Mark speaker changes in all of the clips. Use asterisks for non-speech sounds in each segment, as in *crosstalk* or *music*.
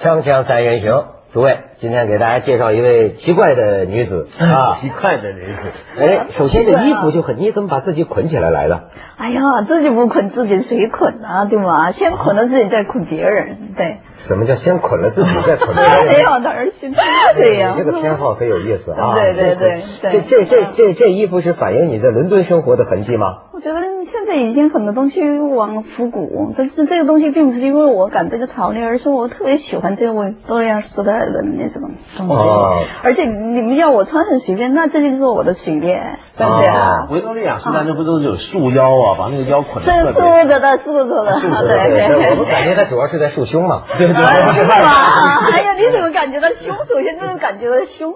Speaker 1: 锵锵三人行，诸位，今天给大家介绍一位奇怪的女
Speaker 2: *laughs*
Speaker 1: 子啊。
Speaker 3: 奇怪的人是，
Speaker 1: 哎，首先
Speaker 2: 奇
Speaker 1: 这
Speaker 2: 怪啊
Speaker 1: 衣服就很，你怎么把自己捆起来来
Speaker 2: *laughs*
Speaker 1: 的？
Speaker 2: 哎呀，自己不捆自己谁捆啊？对吧？先捆了自己，再捆别人，对。
Speaker 1: 什么叫先捆了自己，再捆别人？
Speaker 2: *laughs* 没有的儿心，对呀、
Speaker 1: 你这个偏好很有意思啊！
Speaker 2: *laughs* 对对对
Speaker 1: 这
Speaker 2: 对
Speaker 1: 这这这这衣服是反映你在伦敦生活的痕迹吗？
Speaker 2: 我觉得现在已经很多东西往复古，但是这个东西并不是因为我赶这个潮流，而是我特别喜欢这位多样时代的那种东西。
Speaker 1: 哦
Speaker 2: 而且你们要我穿很随便，那这就是我的随便，对不对啊？
Speaker 3: 维多利亚时代那不都是有束腰啊，把那个腰捆
Speaker 2: 这
Speaker 3: 的特
Speaker 2: 是
Speaker 3: 别。
Speaker 2: 竖着的，竖着的，对
Speaker 1: 对，我们感觉它主要是在束胸
Speaker 2: *laughs*
Speaker 1: 嘛。对对
Speaker 2: 啊，是吧？哎呀，你怎么感觉到胸？首先就是感觉到胸，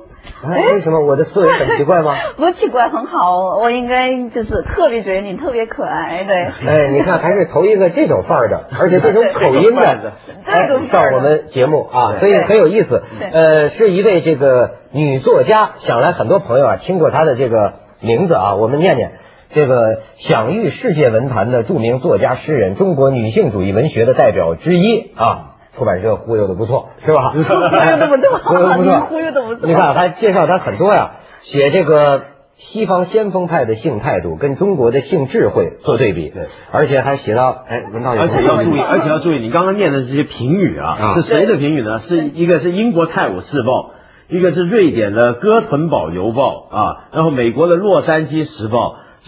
Speaker 1: 哎，为什么我的思维很奇怪吗？
Speaker 2: 不奇怪，很好。我应该就是特别觉得你特别可爱，对。
Speaker 1: *laughs* 哎，你看还是头一个这种范儿的，而且这种口音的，哎
Speaker 2: 这种，范
Speaker 1: 上
Speaker 2: 儿的
Speaker 1: 我们节目啊，所以很有意思。
Speaker 2: 对
Speaker 1: 呃，是一位这个女作家，想来很多朋友啊听过她的这个名字啊，我们念念。这个享誉世界文坛的著名作家、诗人，中国女性主义文学的代表之一啊，出版社忽悠的不错，是
Speaker 2: *laughs*
Speaker 1: 吧？忽
Speaker 2: 悠得不错
Speaker 1: 忽悠得不错，
Speaker 2: *laughs* 忽悠得不错
Speaker 1: 你看，还啊介绍她很多呀，写这个西方先锋派的性态度跟中国的性智慧做对比，
Speaker 3: 对
Speaker 1: 而且还写到，哎，文道有
Speaker 3: 而
Speaker 1: 同
Speaker 3: 且
Speaker 1: 志
Speaker 3: 要注意，而且要注意，你刚刚念的这些评语
Speaker 1: 啊
Speaker 3: 啊，是谁的评语呢？是一个是英国《泰晤士报》，一个是瑞典的《哥屯堡邮报》啊，然后美国的《洛杉矶时报》，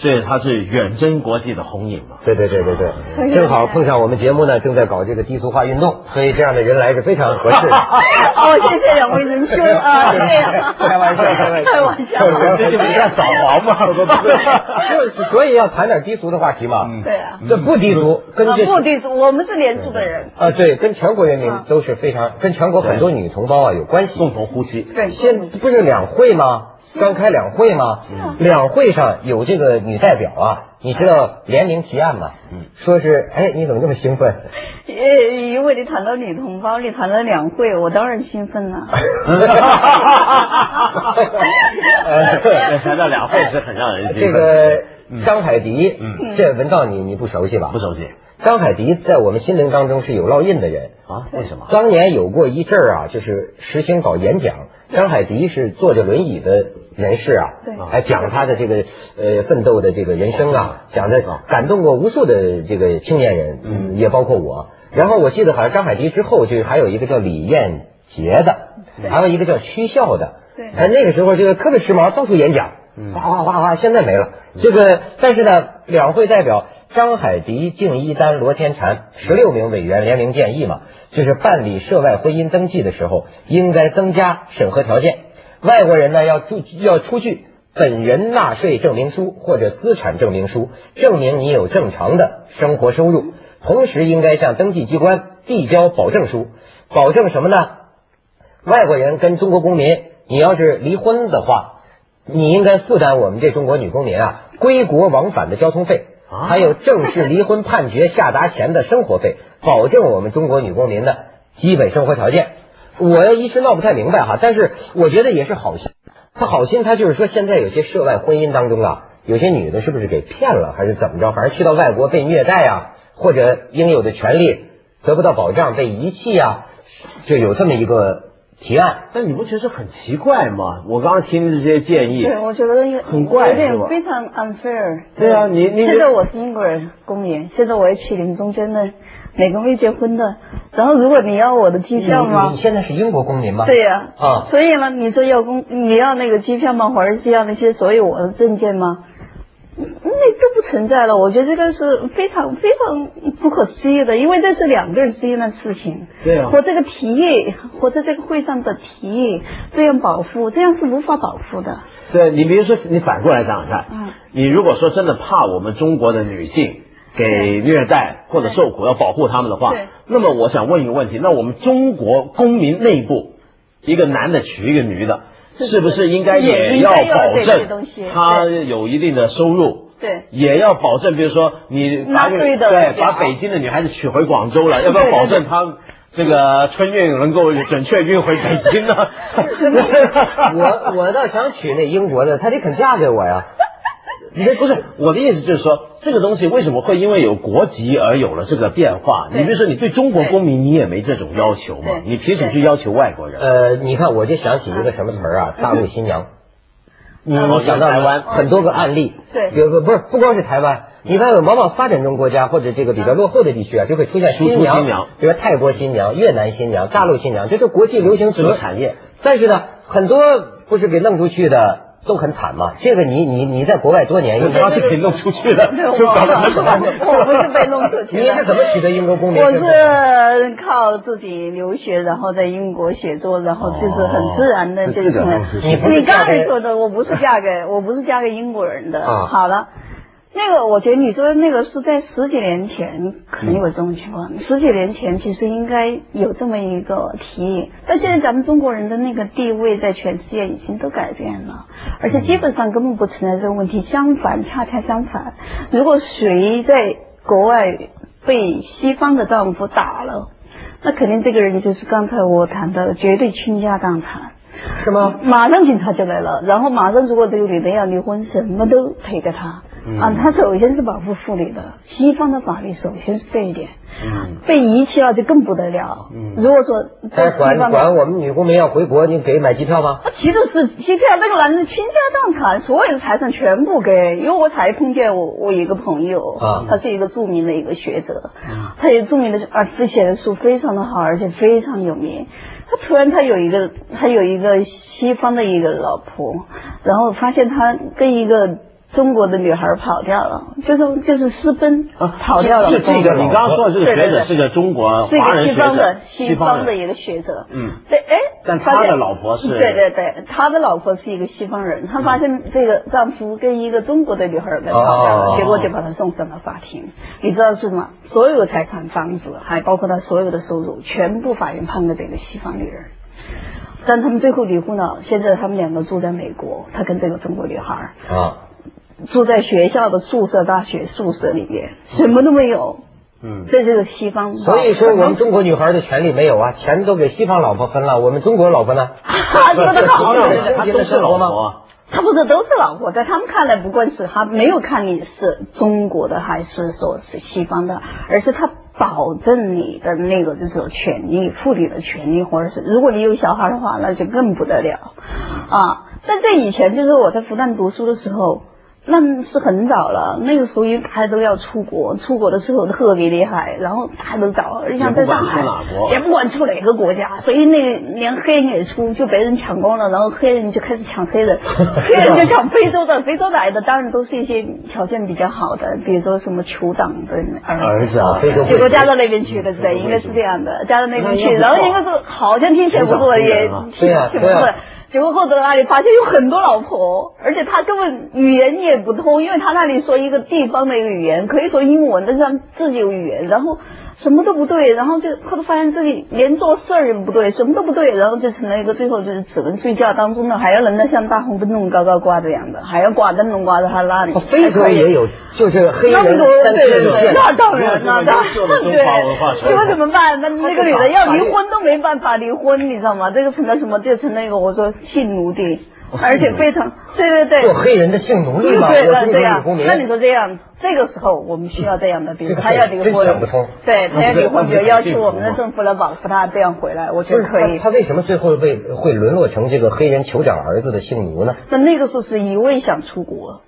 Speaker 3: 所以它是远征国际的红影嘛。
Speaker 1: 对对对对
Speaker 2: 可
Speaker 3: 嗯
Speaker 1: 对，
Speaker 2: 以
Speaker 1: 正好碰上我们节目呢，正在搞这个低俗化运动，所以这样的人来是非常合适
Speaker 3: *laughs*
Speaker 1: 的。
Speaker 2: 哦，谢谢两位仁兄啊，对呀，
Speaker 1: 开玩笑，开玩笑，
Speaker 2: 开玩笑，
Speaker 3: *laughs* 这就不叫扫黄嘛 *laughs*
Speaker 1: 就是所以要谈点低俗的话题嘛。
Speaker 3: 嗯
Speaker 2: 对啊，
Speaker 1: 这不低俗，跟
Speaker 2: 啊
Speaker 1: 这
Speaker 2: 不啊地主，我们是连住的人，
Speaker 1: 啊，对，跟全国人民都是非常，跟全国很多女同胞啊有关系。
Speaker 3: 共同呼 *laughs* 吸。
Speaker 2: 对，
Speaker 1: 现不是两会吗？刚开两会吗？
Speaker 3: 啊
Speaker 1: 两会上有这个女代表啊，你知道联名提案吗？
Speaker 3: 嗯
Speaker 1: 说是哎，你怎么这么兴奋？
Speaker 3: *laughs*
Speaker 2: 呃，因为你谈到女同胞，你谈到两会，我当然兴奋了。
Speaker 3: 呃，谈到两会是很让人
Speaker 1: 这
Speaker 3: 兴奋。
Speaker 1: 个张海迪，
Speaker 3: 嗯
Speaker 1: 这文道你你不熟悉吧？
Speaker 3: 不。熟悉
Speaker 1: 张海迪在我们新闻当中是有烙印的人，
Speaker 3: 啊？为什么？
Speaker 1: 当年有过一阵儿啊，就是实行搞演讲，张海迪是坐着轮椅的人士啊
Speaker 2: 对，
Speaker 1: 还讲他的这个呃奋斗的这个人生啊，
Speaker 2: 哦
Speaker 1: 讲的感动过无数的这个青年人，嗯，也包括我。然后我记得好像张海迪之后就还有一个叫李艳杰的，还有一个叫曲笑的，
Speaker 2: 对
Speaker 1: 哎，那个时候这个特别时髦，到处演讲，哗哗哗哗，现在没了。这个，但是呢，两会代表张海迪、敬一丹、罗天婵十六名委员联名建议嘛，就是办理涉外婚姻登记的时候，应该增加审核条件，外国人呢要出要出具本人纳税证明书或者资产证明书，证明你有正常的生活收入，同时应该向登记机关递交保证书，保证什么呢？外国人跟中国公民，你要是离婚的话，你应该负担我们这中国女公民啊归国往返的交通费，
Speaker 3: 啊
Speaker 1: 还有正式离婚判决下达前的生活费，保证我们中国女公民的基本生活条件。我一时闹不太明白哈，但是我觉得也是好心。他好心，他就是说现在有些涉外婚姻当中啊，有些女的是不是给骗了，还是怎么着？反正去到外国被虐待啊，或者应有的权利得不到保障，被遗弃啊，就有这么一个提案。
Speaker 3: 但你不觉得很奇怪吗？我刚刚听这些建议，
Speaker 2: 对，我觉得有
Speaker 3: 很怪
Speaker 2: 有
Speaker 3: 是吧
Speaker 2: 点非常 unfair。
Speaker 3: 对啊你你
Speaker 2: 现在我是英国人公民，现在我也娶你们中间的哪个没结婚的，然后如果你要我的机票
Speaker 1: 你
Speaker 2: 吗
Speaker 1: 你？现在是英国公民吗？
Speaker 2: 对呀、
Speaker 1: 啊
Speaker 2: 所以呢，你说要公，你要那个机票吗？或者是要那些所有我的证件吗？嗯那都不存在了，我觉得这个是非常非常不可思议的，因为这是两个人之间的事情。
Speaker 3: 对啊
Speaker 2: 我这个提议，我在这个会上的提议，这样保护，这样是无法保护的。
Speaker 3: 对你比如说，你反过来想想看，
Speaker 2: 嗯
Speaker 3: 你如果说真的怕我们中国的女性给虐待或者受苦，要保护她们的话
Speaker 2: 对，
Speaker 3: 那么我想问一个问题：那我们中国公民内部，一个男的娶一个女的，是不是应该
Speaker 2: 也
Speaker 3: 也
Speaker 2: 应
Speaker 3: 要
Speaker 2: 该要
Speaker 3: 保
Speaker 2: 对这个东
Speaker 3: 证
Speaker 2: 西
Speaker 3: 他有一定的收入？
Speaker 2: 对
Speaker 3: 也要保证，比如说你把
Speaker 2: 纳
Speaker 3: 这个
Speaker 2: 税的啊
Speaker 3: 对
Speaker 2: 也好
Speaker 3: 把北京的女孩子娶回广州
Speaker 2: *laughs*
Speaker 3: 了，要不要
Speaker 2: 对对
Speaker 3: 保证她这个春运能够准确运回北
Speaker 2: *laughs*
Speaker 3: 京呢？
Speaker 1: 我我倒想娶那英国的，他得肯嫁给我呀。
Speaker 3: *laughs* 你这不是我的意思，就是说这个东西为什么会因为有国籍而有了这个变化？你
Speaker 2: 对
Speaker 3: 比如说，你对中国公民你也没这种要求嘛
Speaker 2: 对，
Speaker 3: 你凭什么去要求外国人？
Speaker 1: 呃，你看我就想起一个什么词儿啊，大陆新娘。
Speaker 3: 嗯
Speaker 1: 我想到
Speaker 3: 台湾
Speaker 1: 了很多个案例，
Speaker 2: 嗯对
Speaker 1: 比如说不是不光是台湾，你看往往发展中国家或者这个比较落后的地区啊，就会出现
Speaker 3: 输
Speaker 1: 新
Speaker 3: 出新娘
Speaker 1: 娘，比如泰国新娘、越南新娘、大陆新娘，这是国际流行词
Speaker 3: 这个产业。
Speaker 1: 但是呢，很多不是给弄出去的都很惨嘛。这个你你你在国外多年，
Speaker 3: 他是给弄出去的，
Speaker 2: *laughs*
Speaker 3: 就搞 *laughs* 得很好。
Speaker 2: 我不是被弄出去
Speaker 1: *laughs*
Speaker 2: 的
Speaker 1: 你是怎么取得英国公民？
Speaker 2: 我是靠自己留学，然后在英国写作，然后就是很自然的这种。
Speaker 1: 你不是
Speaker 2: 你刚
Speaker 1: 嫁
Speaker 2: 才
Speaker 1: 给
Speaker 2: 说的，我不是嫁给，我不是嫁给英国人的。
Speaker 1: 啊
Speaker 2: 好了，那个我觉得你说的那个是在十几年前可能有这种情况，十几年前其实应该有这么一个提议，但现在咱们中国人的那个地位在全世界已经都改变了，而且基本上根本不存在这个问题，相反，恰恰相反，如果谁在国外被西方的丈夫打了，那肯定这个人就是刚才我谈到的绝对倾家荡产。
Speaker 1: 是吗？
Speaker 2: 马上警察就来了，然后马上如果这个女的要离婚，什么都赔给她。
Speaker 1: 嗯
Speaker 2: 啊，她首先是保护妇女的，西方的法律首先是这一点。
Speaker 3: 嗯
Speaker 2: 被遗弃了就更不得了。如果说
Speaker 1: 嗯还
Speaker 2: 在
Speaker 1: 管
Speaker 2: 西方的
Speaker 1: 管我们女公民要回国，你给买机票吗？
Speaker 2: 他骑的啊是机票，那个男人倾家荡产，所有的财产全部给。因为我才碰见我我一个朋友，
Speaker 1: 啊
Speaker 2: 他是一个著名的一个学者，
Speaker 3: 嗯
Speaker 2: 他也著名的啊，他写的书非常的好，而且非常有名。他突然他有一个他有一个西方的一个老婆，然后发现他跟一个中国的女孩跑掉了，就是就是私奔、
Speaker 3: 啊
Speaker 2: 跑掉了。
Speaker 3: 就这个，你刚刚说的这个学者是个中国
Speaker 2: 是一
Speaker 3: 呃华
Speaker 2: 个
Speaker 3: 人
Speaker 2: 西
Speaker 3: 学
Speaker 2: 方
Speaker 3: 者
Speaker 2: 的，西方的一个学者，
Speaker 3: 嗯，
Speaker 2: 对，哎，
Speaker 3: 但
Speaker 2: 发
Speaker 3: 他的
Speaker 2: 现
Speaker 3: 老婆是
Speaker 2: 对对对，他的老婆是一个西方人，他发现这个丈夫跟一个中国的女孩儿给吵架
Speaker 1: 哦
Speaker 2: 了，结果就把他送上了法庭。你知道是什么？所有财产、房子，还包括他所有的收入，全部法院判给这个西方女人。但他们最后离婚了，现在他们两个住在美国，他跟这个中国女孩儿
Speaker 1: 啊，
Speaker 2: 住在学校的宿舍、大学宿舍里面，什么都没有。
Speaker 3: 嗯，
Speaker 2: 这就是西方。
Speaker 1: 所以说我们中国女孩的权利没有啊，钱都给西方老婆分了，我们中国老婆呢？
Speaker 2: 啊，说的好，
Speaker 3: 他都是老啊婆，
Speaker 2: 他不是都是老婆，在他们看来，不管是他没有看你是中国的还是说是西方的，而是他保证你的那个就是权利，妇女的权利，或者是如果你有小孩的话，那就更不得了啊！但在以前，就是我在复旦读书的时候。那是很早了，那个时候应该都要出国，出国的时候特别厉害，然后大家都找，像在上海
Speaker 3: 也不管去哪国
Speaker 2: 也不管去哪个国家，所以那连黑人也出，就被人抢光了，然后黑人就开始抢黑人，黑人就抢非洲的，非洲来的当然都是一些条件比较好的，比如说什么酋长的儿
Speaker 3: 儿
Speaker 2: 子。
Speaker 3: 子啊，
Speaker 1: 非洲
Speaker 2: 结果加到那边去的，对，应该是这样的，加到那边去，然后应该是好像听起来不错，也
Speaker 1: 对啊
Speaker 2: 挺不
Speaker 1: 对啊
Speaker 2: 错。结果后头那里发现有很多老婆，而且他根本语言也不通，因为他那里说一个地方的一个语言，可以说英文，但是他们自己有语言，然后什么都不对，然后就后头发现自己连做事儿也不对，什么都不对，然后就成了一个最后就是只能睡觉当中的，还要人家像大红灯笼高高挂着一样的，还要挂灯笼挂在他那里。
Speaker 1: 哦非洲也有，就是黑
Speaker 2: 哎那
Speaker 1: 人
Speaker 2: 么多
Speaker 1: 三
Speaker 2: 对对
Speaker 1: 天
Speaker 2: 对，
Speaker 1: 线。
Speaker 2: 那当然了，当然
Speaker 3: 这个就是优秀的中华文化
Speaker 2: 对，
Speaker 3: 传统
Speaker 2: 结果怎么办？那那个女的要离婚都没办法离婚，你知道吗？这个成了什么？这成了一个我说性奴隶，而且非常对对对。
Speaker 1: 做黑人的性奴
Speaker 2: 对
Speaker 1: 隶嘛，
Speaker 2: 对
Speaker 1: 我中国
Speaker 2: 对对
Speaker 1: 女
Speaker 2: 呀
Speaker 1: 公，民
Speaker 2: 那。你说这样，这个时候我们需要这样的，比如他要离
Speaker 1: 这个
Speaker 2: 婚
Speaker 1: 真想不通，
Speaker 2: 对他要离
Speaker 3: 那
Speaker 2: 婚，
Speaker 3: 不
Speaker 2: 比
Speaker 3: 是
Speaker 2: 如要求我们的政府来保护他这样回来，我觉
Speaker 1: 不
Speaker 2: 得
Speaker 1: 是
Speaker 2: 可以
Speaker 1: 他，。他为什么最后被会沦落成这个黑人酋长儿子的性奴呢？
Speaker 2: 那那个时候是一味想出国，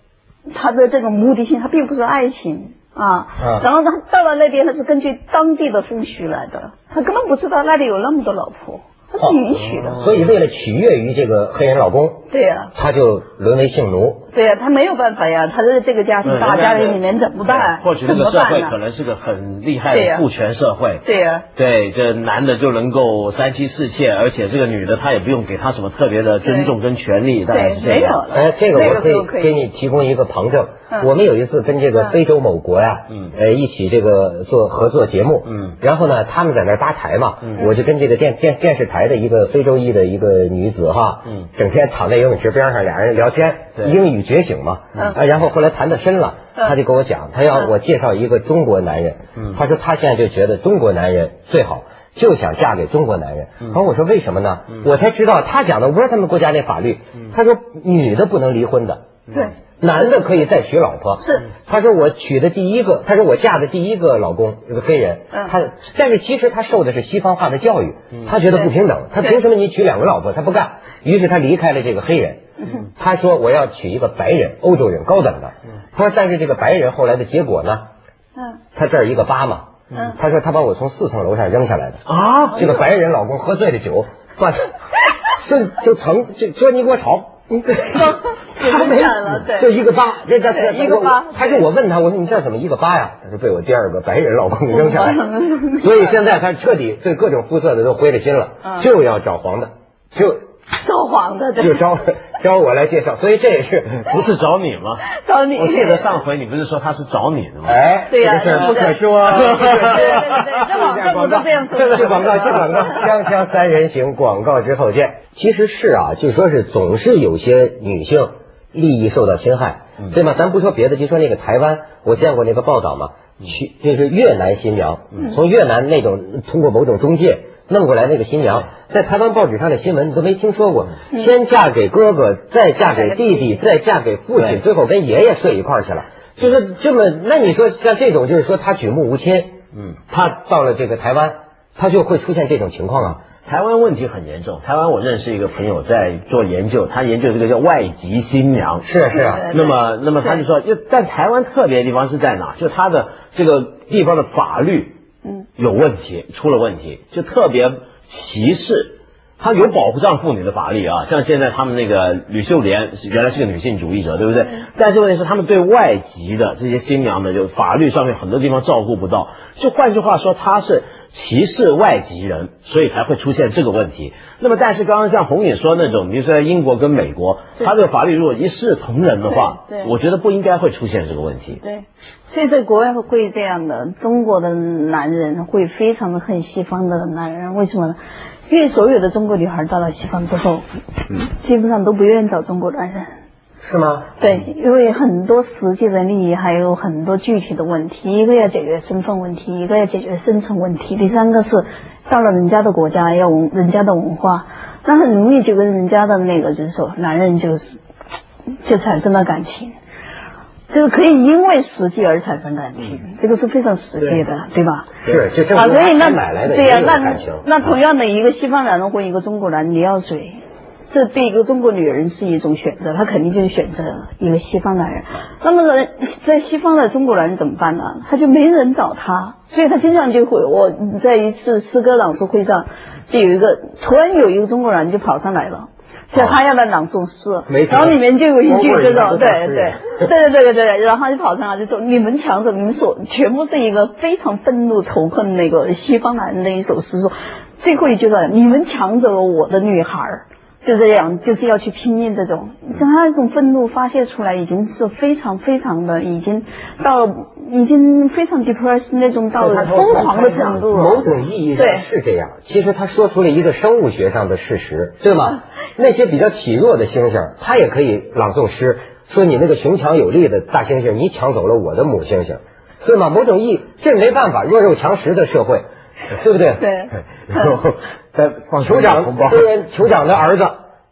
Speaker 2: 他的这种目的性，他并不是爱情啊。
Speaker 1: 嗯
Speaker 2: 然后他到了那边，他是根据当地的风俗来的，他根本不知道那里有那么多老婆，他是允许
Speaker 3: 哦
Speaker 2: 的。
Speaker 1: 所以为了取悦于这个黑人老公，
Speaker 2: 对呀、
Speaker 1: 他就沦为性奴。
Speaker 2: 对呀、他没有办法呀，他在这个家庭大家庭里面怎么办？
Speaker 3: 或许这
Speaker 2: 怎
Speaker 3: 个
Speaker 2: 么
Speaker 3: 社
Speaker 2: 办
Speaker 3: 会
Speaker 2: 呢
Speaker 3: 可能是个很厉害的父权社会。
Speaker 2: 对呀、
Speaker 3: 对，这男的就能够三妻四妾，而且这个女的她也不用给他什么特别的尊重跟权利，大概
Speaker 2: 对
Speaker 3: 是，这
Speaker 2: 没有
Speaker 3: 样。
Speaker 2: 了。
Speaker 1: 哎，这个我
Speaker 2: 那
Speaker 1: 可
Speaker 2: 时候
Speaker 1: 以
Speaker 2: 可
Speaker 1: 给你提供一个旁证。
Speaker 2: 嗯
Speaker 1: 我们有一次跟这个
Speaker 2: 嗯
Speaker 1: 非洲某国呀、
Speaker 3: 嗯
Speaker 1: 呃，一起这个做合作节目，
Speaker 3: 嗯，
Speaker 1: 然后呢，他们在那儿搭台嘛，我就跟这个电电电视台的一个非洲裔的一个女子哈，
Speaker 3: 嗯，
Speaker 1: 整天躺在游泳池边上，俩人聊天，
Speaker 3: 对
Speaker 1: 英语觉醒嘛，
Speaker 2: 嗯
Speaker 1: 啊，然后后来谈得深了，
Speaker 2: 嗯
Speaker 1: 他就跟我讲，他要
Speaker 2: 嗯
Speaker 1: 我介绍一个中国男人，
Speaker 3: 嗯
Speaker 1: 他说他现在就觉得中国男人最好。就想嫁给中国男人，然后我说为什么呢？我才知道他讲的，我不知道他们国家那法律。他说女的不能离婚的，
Speaker 3: 嗯
Speaker 2: 对，
Speaker 1: 男的可以再娶老婆。
Speaker 2: 是，
Speaker 1: 他说我娶的第一个，他说我嫁的第一个老公是个黑人，
Speaker 2: 嗯
Speaker 1: 他但是其实他受的是西方化的教育，他觉得不平等，他
Speaker 2: 对
Speaker 1: 凭什么你娶两个老婆？他不干，于是他离开了这个黑人。
Speaker 2: 嗯
Speaker 1: 他说我要娶一个白人，欧洲人高等的。他说但是这个白人后来的结果呢？
Speaker 2: 嗯
Speaker 1: 他这儿一个疤嘛，
Speaker 2: 嗯
Speaker 1: 他说他把我从四层楼上扔下来的。
Speaker 3: 啊，
Speaker 1: 这个白人老公喝醉了酒，
Speaker 2: *laughs*
Speaker 1: 把就就成就说你给我吵。他没
Speaker 2: 染了对
Speaker 1: 就一个疤，这这这
Speaker 2: 对一个疤
Speaker 1: 还是我问他，我说你这怎么一个疤呀？他说被我第二个白人老公给扔下来，所以现在他彻底对各种肤色的都灰了心了，
Speaker 2: 嗯
Speaker 1: 就要找黄的，就
Speaker 2: 造黄的，对
Speaker 1: 就，招招我来介绍，所以这也是
Speaker 3: 不是找你
Speaker 2: *laughs*
Speaker 3: 吗？
Speaker 2: 找你。
Speaker 3: 我记得上回你不是说他是找你的吗？
Speaker 1: 哎，
Speaker 2: 对呀
Speaker 1: 这个事儿不可说。
Speaker 3: 对呀
Speaker 1: 不可说
Speaker 3: 对
Speaker 2: 对对对这网上不都这样做的吗
Speaker 1: 这广告，这广告， *laughs* 锵锵三人行，广告之后见。其实是啊，就说是总是有些女性利益受到侵害，对吗？咱不说别的，就说那个台湾，我见过那个报道嘛，去就是越南新娘，从越南那种通过某种中介。弄过来那个新娘，在台湾报纸上的新闻你都没听说过，先嫁给哥哥，再嫁给弟弟，
Speaker 2: 嗯
Speaker 1: 再嫁给父
Speaker 3: 对
Speaker 1: 亲，最后跟爷爷睡一块儿去了。就是这么，那你说像这种，就是说他举目无亲，
Speaker 3: 嗯，
Speaker 1: 他到了这个台湾，他就会出现这种情况啊。
Speaker 3: 台湾问题很严重。台湾我认识一个朋友在做研究，他研究这个叫外籍新娘。
Speaker 1: 是啊是啊，
Speaker 2: 对
Speaker 3: 那么，那么他就说，就但台湾特别的地方是在哪？就它的这个地方的法律
Speaker 2: 嗯
Speaker 3: 有问题，出了问题，就特别歧视。它有保护丈妇女的法律啊，像现在他们那个吕秀莲是原来是个女性主义者，对不对？
Speaker 2: 嗯
Speaker 3: 但是问题是，他们对外籍的这些新娘呢，就法律上面很多地方照顾不到。就换句话说，她是歧视外籍人，所以才会出现这个问题。那么，但是刚刚像红姐说那种，比如说在英国跟美国，他这个法律如果一视同仁的话
Speaker 2: 对，对
Speaker 3: 我觉得不应该会出现这个问题。
Speaker 2: 对，所以在国外会这样的，中国的男人会非常的恨西方的男人，为什么呢？因为所有的中国女孩到了西方之后，基本上都不愿意找中国男人。
Speaker 1: 是吗？
Speaker 2: 对，因为很多实际的利益，还有很多具体的问题，一个要解决身份问题，一个要解决生存问题，第三个是到了人家的国家要文人家的文化，那很容易就跟人家的那个就是说男人就是就产生了感情。 *laughs* 这个可以因为实际而产生感情，这个是非常实际的，对吧？
Speaker 1: 是，就这
Speaker 2: 啊，
Speaker 1: 么
Speaker 2: 所以那
Speaker 1: 买来的
Speaker 2: 对呀、
Speaker 1: 也有啊感情。
Speaker 2: 那那同样的一个西方男人或一个中国男人，你要谁？这对一个中国女人是一种选择，她肯定就是选择一个西方男人。那么呢，在西方的中国男人怎么办呢？他就没人找他，所以他经常就会，我在一次诗歌朗诵会上，就有一个突然有一个中国男人就跑上来了。就他要来朗诵
Speaker 1: 哦没
Speaker 2: 诗，
Speaker 1: 错
Speaker 2: 然后里面就有一句
Speaker 1: 我问
Speaker 2: 这
Speaker 1: 你
Speaker 2: 种，
Speaker 1: 都
Speaker 2: 对
Speaker 1: 是诗
Speaker 2: 对
Speaker 1: 人， *laughs*
Speaker 2: 对对对对对，然后他就跑上来就说：“你们抢走，你们所全部是一个非常愤怒仇恨那个西方男人的一首诗，说最后一句了，你们抢走了我的女孩儿。”就这样，就是要去拼命这种，像他那种愤怒发泄出来，已经是非常非常的，已经到了已经非常 depressed 那种到了疯狂的程度
Speaker 1: 某
Speaker 2: 了。
Speaker 1: 种意义上
Speaker 2: 对
Speaker 1: 是这样。其实他说出了一个生物学上的事实，对
Speaker 2: *laughs*
Speaker 1: 吗？那些比较体弱的猩猩，它也可以朗诵诗，说你那个雄强有力的大猩猩，你抢走了我的母猩猩，对吗？某种意义，这没办法，弱肉强食的社会，对不对？
Speaker 2: 对
Speaker 1: *laughs* 然后
Speaker 3: 放
Speaker 1: 酋长，对，酋长的
Speaker 3: *laughs*
Speaker 1: 儿子，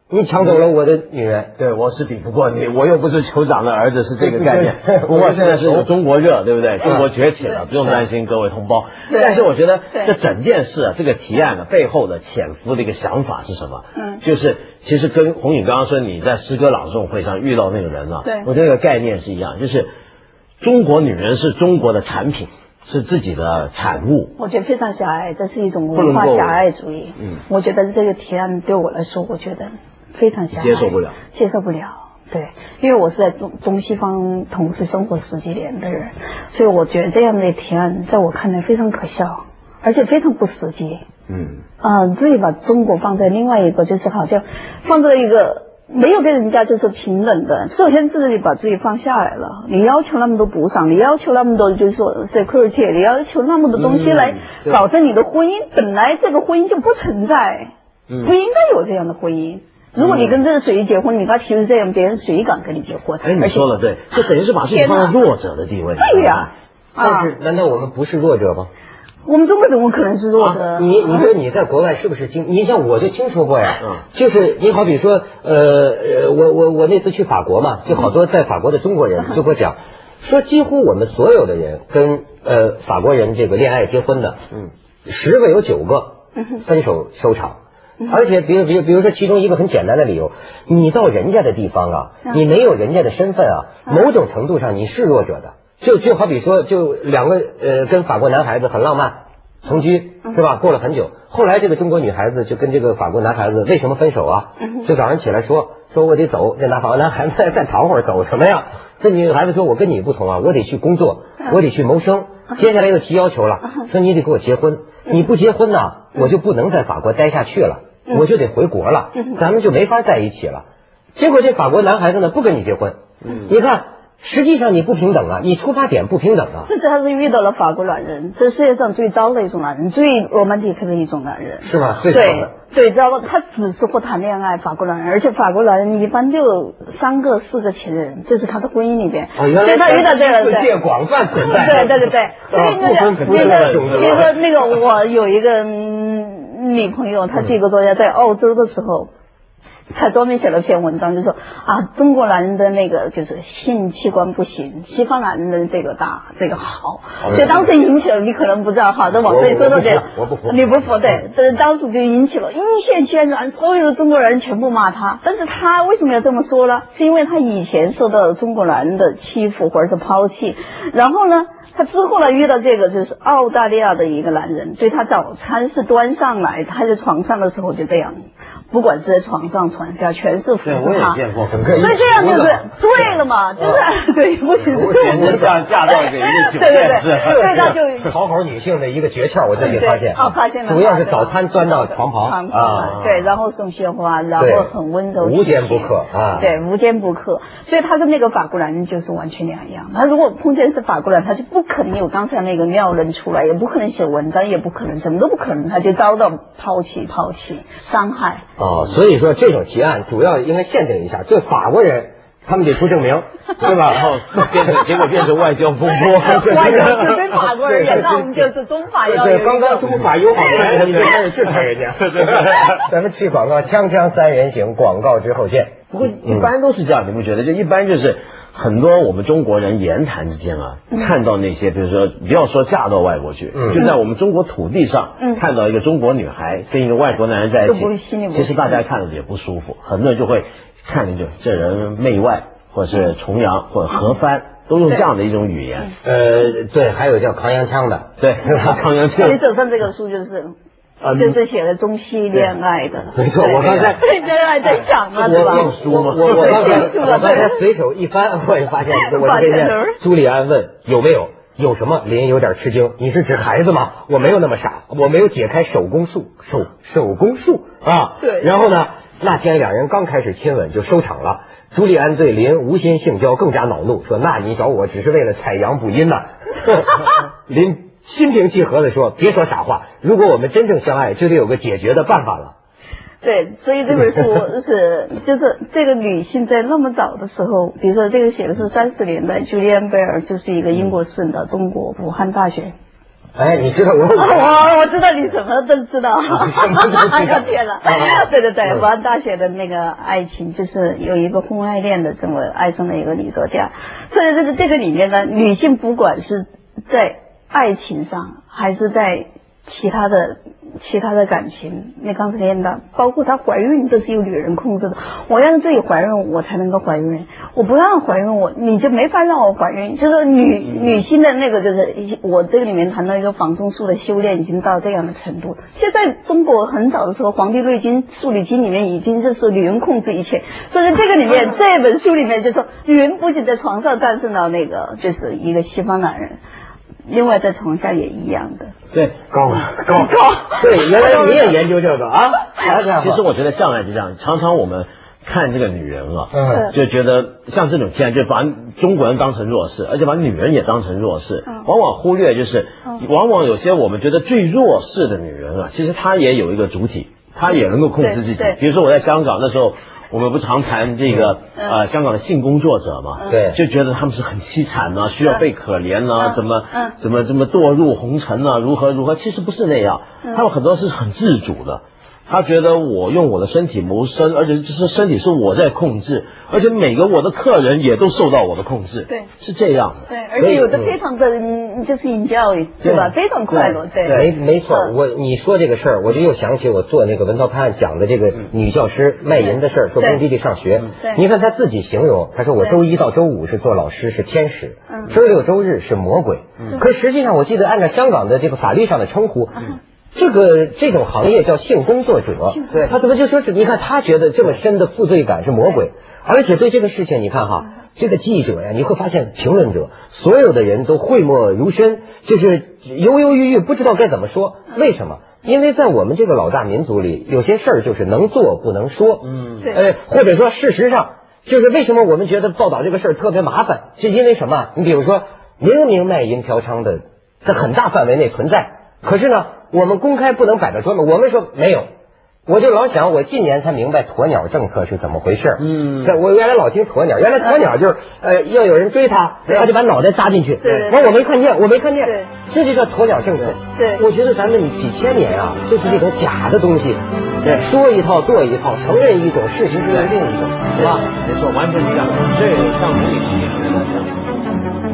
Speaker 1: 你抢走了我的女人，
Speaker 3: 对，我是比不过你，我又不是酋长的儿子，是这个概念
Speaker 1: 对对对。
Speaker 3: 不过现在是有中国热，对不对？
Speaker 1: 嗯
Speaker 3: 中国崛起了，不用担心各位同胞。
Speaker 2: 对
Speaker 3: 但是我觉得
Speaker 2: 对
Speaker 3: 这整件事啊，这个提案啊背后的潜伏的一个想法是什么？
Speaker 2: 嗯
Speaker 3: 就是其实跟红宇刚刚说你在诗歌朗诵会上遇到那个人啊，
Speaker 2: 对
Speaker 3: 我觉得这个概念是一样，就是中国女人是中国的产品，是自己的产物。
Speaker 2: 我觉得非常狭隘，这是一种
Speaker 3: 不
Speaker 2: 文
Speaker 3: 能
Speaker 2: 化
Speaker 3: 够
Speaker 2: 狭隘主义。
Speaker 3: 嗯
Speaker 2: 我觉得这个提案对我来说，我觉得非常狭隘，
Speaker 3: 接受不了，
Speaker 2: 接受不了。对，因为我是在中中西方同时生活十几年的人，所以我觉得这样的提案在我看来非常可笑，而且非常不实际。
Speaker 3: 嗯，
Speaker 2: 啊、自己把中国放在另外一个，就是好像放在一个没有跟人家就是平等的。首先自己把自己放下来了，你要求那么多补偿，你要求那么多就是说 security，你要求那么多东西
Speaker 3: 嗯
Speaker 2: 来
Speaker 3: 对
Speaker 2: 保证你的婚姻，本来这个婚姻就不存在，
Speaker 3: 嗯
Speaker 2: 不应该有这样的婚姻。如果你跟这个谁结婚，你跟他提出这样，别人谁敢跟你结婚？
Speaker 3: 哎，你说
Speaker 2: 了，
Speaker 3: 的对，这等于是把自己
Speaker 2: 天
Speaker 3: 放
Speaker 2: 哪
Speaker 3: 在
Speaker 2: 哎
Speaker 3: 弱者的地位。
Speaker 2: 对呀、啊，
Speaker 1: 但是难道我们不是弱者吗？啊
Speaker 2: 我们中国怎么可能是弱者？
Speaker 3: 啊
Speaker 1: 你你说你在国外是不是经？你像我就听说过呀，
Speaker 3: 嗯
Speaker 1: 就是你好比说，呃呃，我我我那次去法国嘛，就好多在法国的中国
Speaker 3: 嗯
Speaker 1: 人就给我讲，说几乎我们所有的人跟呃法国人这个恋爱结婚的，
Speaker 3: 嗯，
Speaker 1: 十个有九个分手收场。而且，比如，比如，比如说，其中一个很简单的理由，你到人家的地方啊，
Speaker 2: 嗯
Speaker 1: 你没有人家的身份啊，
Speaker 2: 嗯
Speaker 1: 某种程度上你是弱者的。就就好比说，就两个呃，跟法国男孩子很浪漫，同居是吧？过了很久，后来这个中国女孩子就跟这个法国男孩子为什么分手啊？就早上起来说说我得走，这男法国男孩子再躺会儿走什么呀？这女孩子说我跟你不同啊，我啊得去工作，我得去谋生。接下来又提要求了，说你得给我结婚，你不结婚呢、我就不能在法国待下去了，
Speaker 2: 嗯
Speaker 1: 我就得回国了，咱们就没法在一起了。结果这法国男孩子呢不跟你结婚，你看实际上你不平等啊，你出发点不平等啊。
Speaker 2: 这他是遇到了法国男人，这世界上最糟的一种男人，最 romantic 的一种男人。
Speaker 1: 是吧最
Speaker 2: 对
Speaker 1: 糟的
Speaker 2: 对，糟了，他只是会谈恋爱，法国男人，而且法国男人一般就有三个、四个情人，这是他的婚姻里边。
Speaker 1: 哦，原
Speaker 2: 所
Speaker 1: 来
Speaker 2: 以他遇到哎这个
Speaker 1: 世
Speaker 2: 人，
Speaker 1: 界广泛存在。
Speaker 2: 对对对对，所以那
Speaker 1: 啊
Speaker 2: 个
Speaker 1: 不分
Speaker 2: 那个，
Speaker 1: 种族
Speaker 2: 比如说那个，我有一个嗯女朋友，她这个作家在澳洲的时候。她专门写了篇文章，就说啊，中国男人的那个就是性器官不行，西方男人的这个大，这个好，所以当时引起了你可能不知道，好的，往这里说说这个
Speaker 1: 我不服我不服
Speaker 2: 你不服对，这当时就引起了一泻千然，所有的中国人全部骂他。但是他为什么要这么说呢？是因为他以前受到中国男人的欺负或者是抛弃，然后呢，他之后呢遇到这个就是澳大利亚的一个男人，对他早餐是端上来，他在床上的时候就这样。不管是在床上、床下，全是服
Speaker 3: 对，
Speaker 2: 侍
Speaker 3: 我也
Speaker 2: 他，
Speaker 3: 见过，很
Speaker 1: 所以
Speaker 2: 所以这样就是对了嘛，就是对，不行，
Speaker 3: 我简直像嫁到给一个酒店是吧
Speaker 2: 对对对所以他就
Speaker 1: 讨好女性的一个诀窍，我最近
Speaker 2: 对
Speaker 1: 发现，啊
Speaker 2: 哦发现了
Speaker 1: 主要是早餐端到床旁
Speaker 2: 旁
Speaker 1: 啊，
Speaker 2: 对，然后送鲜花，然后
Speaker 1: 对
Speaker 2: 很温柔体贴，
Speaker 1: 无坚不克啊
Speaker 2: 对，无坚不克。所以他跟那个法国男人就是完全两样。他如果碰见是法国人，他就不可能有刚才那个妙人出来，也不可能写文章，也不可能什么都不可能，他就遭到抛弃、抛弃、
Speaker 1: *laughs*
Speaker 2: 伤害。
Speaker 1: 哦，所以说这种提案主要应该限定一下，对法国人他们得出证 *laughs* 明，对吧？
Speaker 3: 然后变成结果变成外交风波，
Speaker 1: *laughs*
Speaker 2: 外国就对法国人也，那我们就是中法要有一
Speaker 1: 对，
Speaker 2: 个
Speaker 1: 刚刚中法友好的人，你就开始制裁人家。
Speaker 3: 对对对
Speaker 1: *laughs* 咱们去广告，锵锵三人行，广告之后见。
Speaker 3: 不过一般都是这样，你不觉得？就一般就是很多我们中国人言谈之间啊，
Speaker 2: 嗯
Speaker 3: 看到那些，比如说不要说嫁到外国去，
Speaker 1: 嗯
Speaker 3: 就在我们中国土地上、
Speaker 2: 嗯
Speaker 3: 看到一个中国女孩跟一个外国男人在一
Speaker 2: 都不会
Speaker 3: 起
Speaker 2: 心里，不
Speaker 3: 其实
Speaker 2: 舒服
Speaker 3: 大家看了也不舒服，很多人就会看着就这人媚外，或者
Speaker 2: 嗯
Speaker 3: 是崇洋，或者合番，都用这样的一种语言。
Speaker 1: 呃，对，还有叫扛洋枪的，
Speaker 3: 对， *laughs* 康阳庆
Speaker 2: 所以手上这个书就是。就是写的中西恋爱的，
Speaker 1: 嗯没错
Speaker 2: 对
Speaker 1: 我刚才
Speaker 2: 对恋爱在想嘛，对吧？
Speaker 1: 我我我我刚才我刚才随手一翻，我也发 *laughs* 现我的这件朱利安问有没有有什么林有点吃惊，你是指孩子吗？我没有那么傻，我没有解开手工术手手工术啊。
Speaker 2: 对
Speaker 1: 然后呢，那天两人刚开始亲吻就收场了。朱利安对林无心性交更加恼怒，说：“那你找我只是为了采阳补阴呐、 *laughs* 林心平气和的说：“别说傻话，如果我们真正相爱，就得有个解决的办法了。
Speaker 2: 对，所以这本书
Speaker 1: *laughs*
Speaker 2: 是就是这个女性在那么早的时候，比如说这个写的是三十年代，朱利安贝尔就是一个英国人的中国武汉大学。”
Speaker 1: 哎，你知道 *laughs* 我
Speaker 2: 我我知道你什么都知道，
Speaker 1: 什么都知道
Speaker 2: *laughs* 哎呀天哪
Speaker 1: *laughs* 啊！
Speaker 2: 对对对，
Speaker 1: 嗯
Speaker 2: 武汉大学的那个爱情就是有一个婚外恋的这么爱上了一个女作家，所以这个这个里面呢，女性不管是在爱情上还是在其他的其他的感情，那刚才念到，包括她怀孕都是由女人控制的，我要让自己怀孕，我才能够怀孕，我不让怀孕我你就没法让我怀孕，就是女女性的那个就是我这个里面谈到一个防中术的修炼已经到这样的程度，现在中国很早的时候《黄帝内经》《素履经》里面已经就是女人控制一切，所以这个里面这本书里面就说女人不仅在床上战胜了那个就是一个西方男人，另外在床下也一样的。
Speaker 3: 对，
Speaker 1: 高高高，对，原来你也研究这个
Speaker 3: *laughs*
Speaker 1: 啊？ *laughs* 好家
Speaker 3: 其实
Speaker 1: 伙，
Speaker 3: 我觉得向来就这样，常常我们看这个女人啊，
Speaker 1: 嗯
Speaker 3: 就觉得像这种现在就把中国人当成弱势，而且把女人也当成弱势，
Speaker 2: 嗯
Speaker 3: 往往忽略就是
Speaker 2: 嗯，
Speaker 3: 往往有些我们觉得最弱势的女人啊，其实她也有一个主体，她也能够控制自己
Speaker 2: 对对。
Speaker 3: 比如说我在香港那时候，我们不常谈这个
Speaker 2: 嗯
Speaker 3: 呃香港的性工作者嘛，
Speaker 1: 对
Speaker 3: 就觉得他们是很凄惨呐，需要被可怜呐，
Speaker 2: 嗯
Speaker 3: 怎么
Speaker 2: 嗯
Speaker 3: 怎么怎么堕入红尘呐，如何如何，其实不是那样，
Speaker 2: 嗯
Speaker 3: 他们很多是很自主的。他觉得我用我的身体谋生，而且这是身体是我在控制，而且每个我的客人也都受到我的控制，
Speaker 2: 对
Speaker 3: 是这样的。
Speaker 2: 对，而且有的非常的嗯就是 enjoy，对吧？非常快乐，对。
Speaker 1: 没没错，
Speaker 2: 嗯
Speaker 1: 我你说这个事儿，我就又想起我做那个文涛拍案讲的这个女教师卖淫的事儿，说
Speaker 2: 对
Speaker 1: 工地里上学
Speaker 2: 对。
Speaker 1: 你看她自己形容，她说我
Speaker 2: 对
Speaker 1: 周一到周五是做老师是天使
Speaker 2: 嗯，
Speaker 1: 周六周日是魔鬼。可实际上，我记得按照香港的这个法律上的称呼。这个这种行业叫嗯性工作者，对他怎么就说是？你看他觉得这么深的负罪感是魔鬼，而且对这个事情，你看哈，这个记者呀，你会发现评论者所有的人都讳莫如深，就是犹犹豫豫，不知道该怎么说。为什么？因为在我们这个老大民族里，有些事儿就是能做不能说。
Speaker 3: 嗯
Speaker 2: 对
Speaker 1: 呃，或者说事实上，就是为什么我们觉得报道这个事儿特别麻烦，是因为什么啊？你比如说，明明卖淫嫖娼的在很大范围内存在，可是呢，我们公开不能摆到桌面，我们说没有。我就老想，我近年才明白鸵鸟政策是怎么回事儿。
Speaker 3: 嗯
Speaker 1: 在我原来老听鸵鸟，原来鸵鸟就是呃，要有人追他，
Speaker 2: 对
Speaker 1: 他就把脑袋扎进去。
Speaker 2: 对对对
Speaker 1: 完我没看见，我没看见。
Speaker 2: 对，
Speaker 1: 这就叫鸵鸟政策。
Speaker 2: 对
Speaker 1: 我觉得咱们几千年啊，就是这种假的东西，
Speaker 3: 对
Speaker 1: 说一套做一套，承认一种，事实是另一种，是吧？
Speaker 3: 没错，完全是这样的，这上伦理学也是这样的。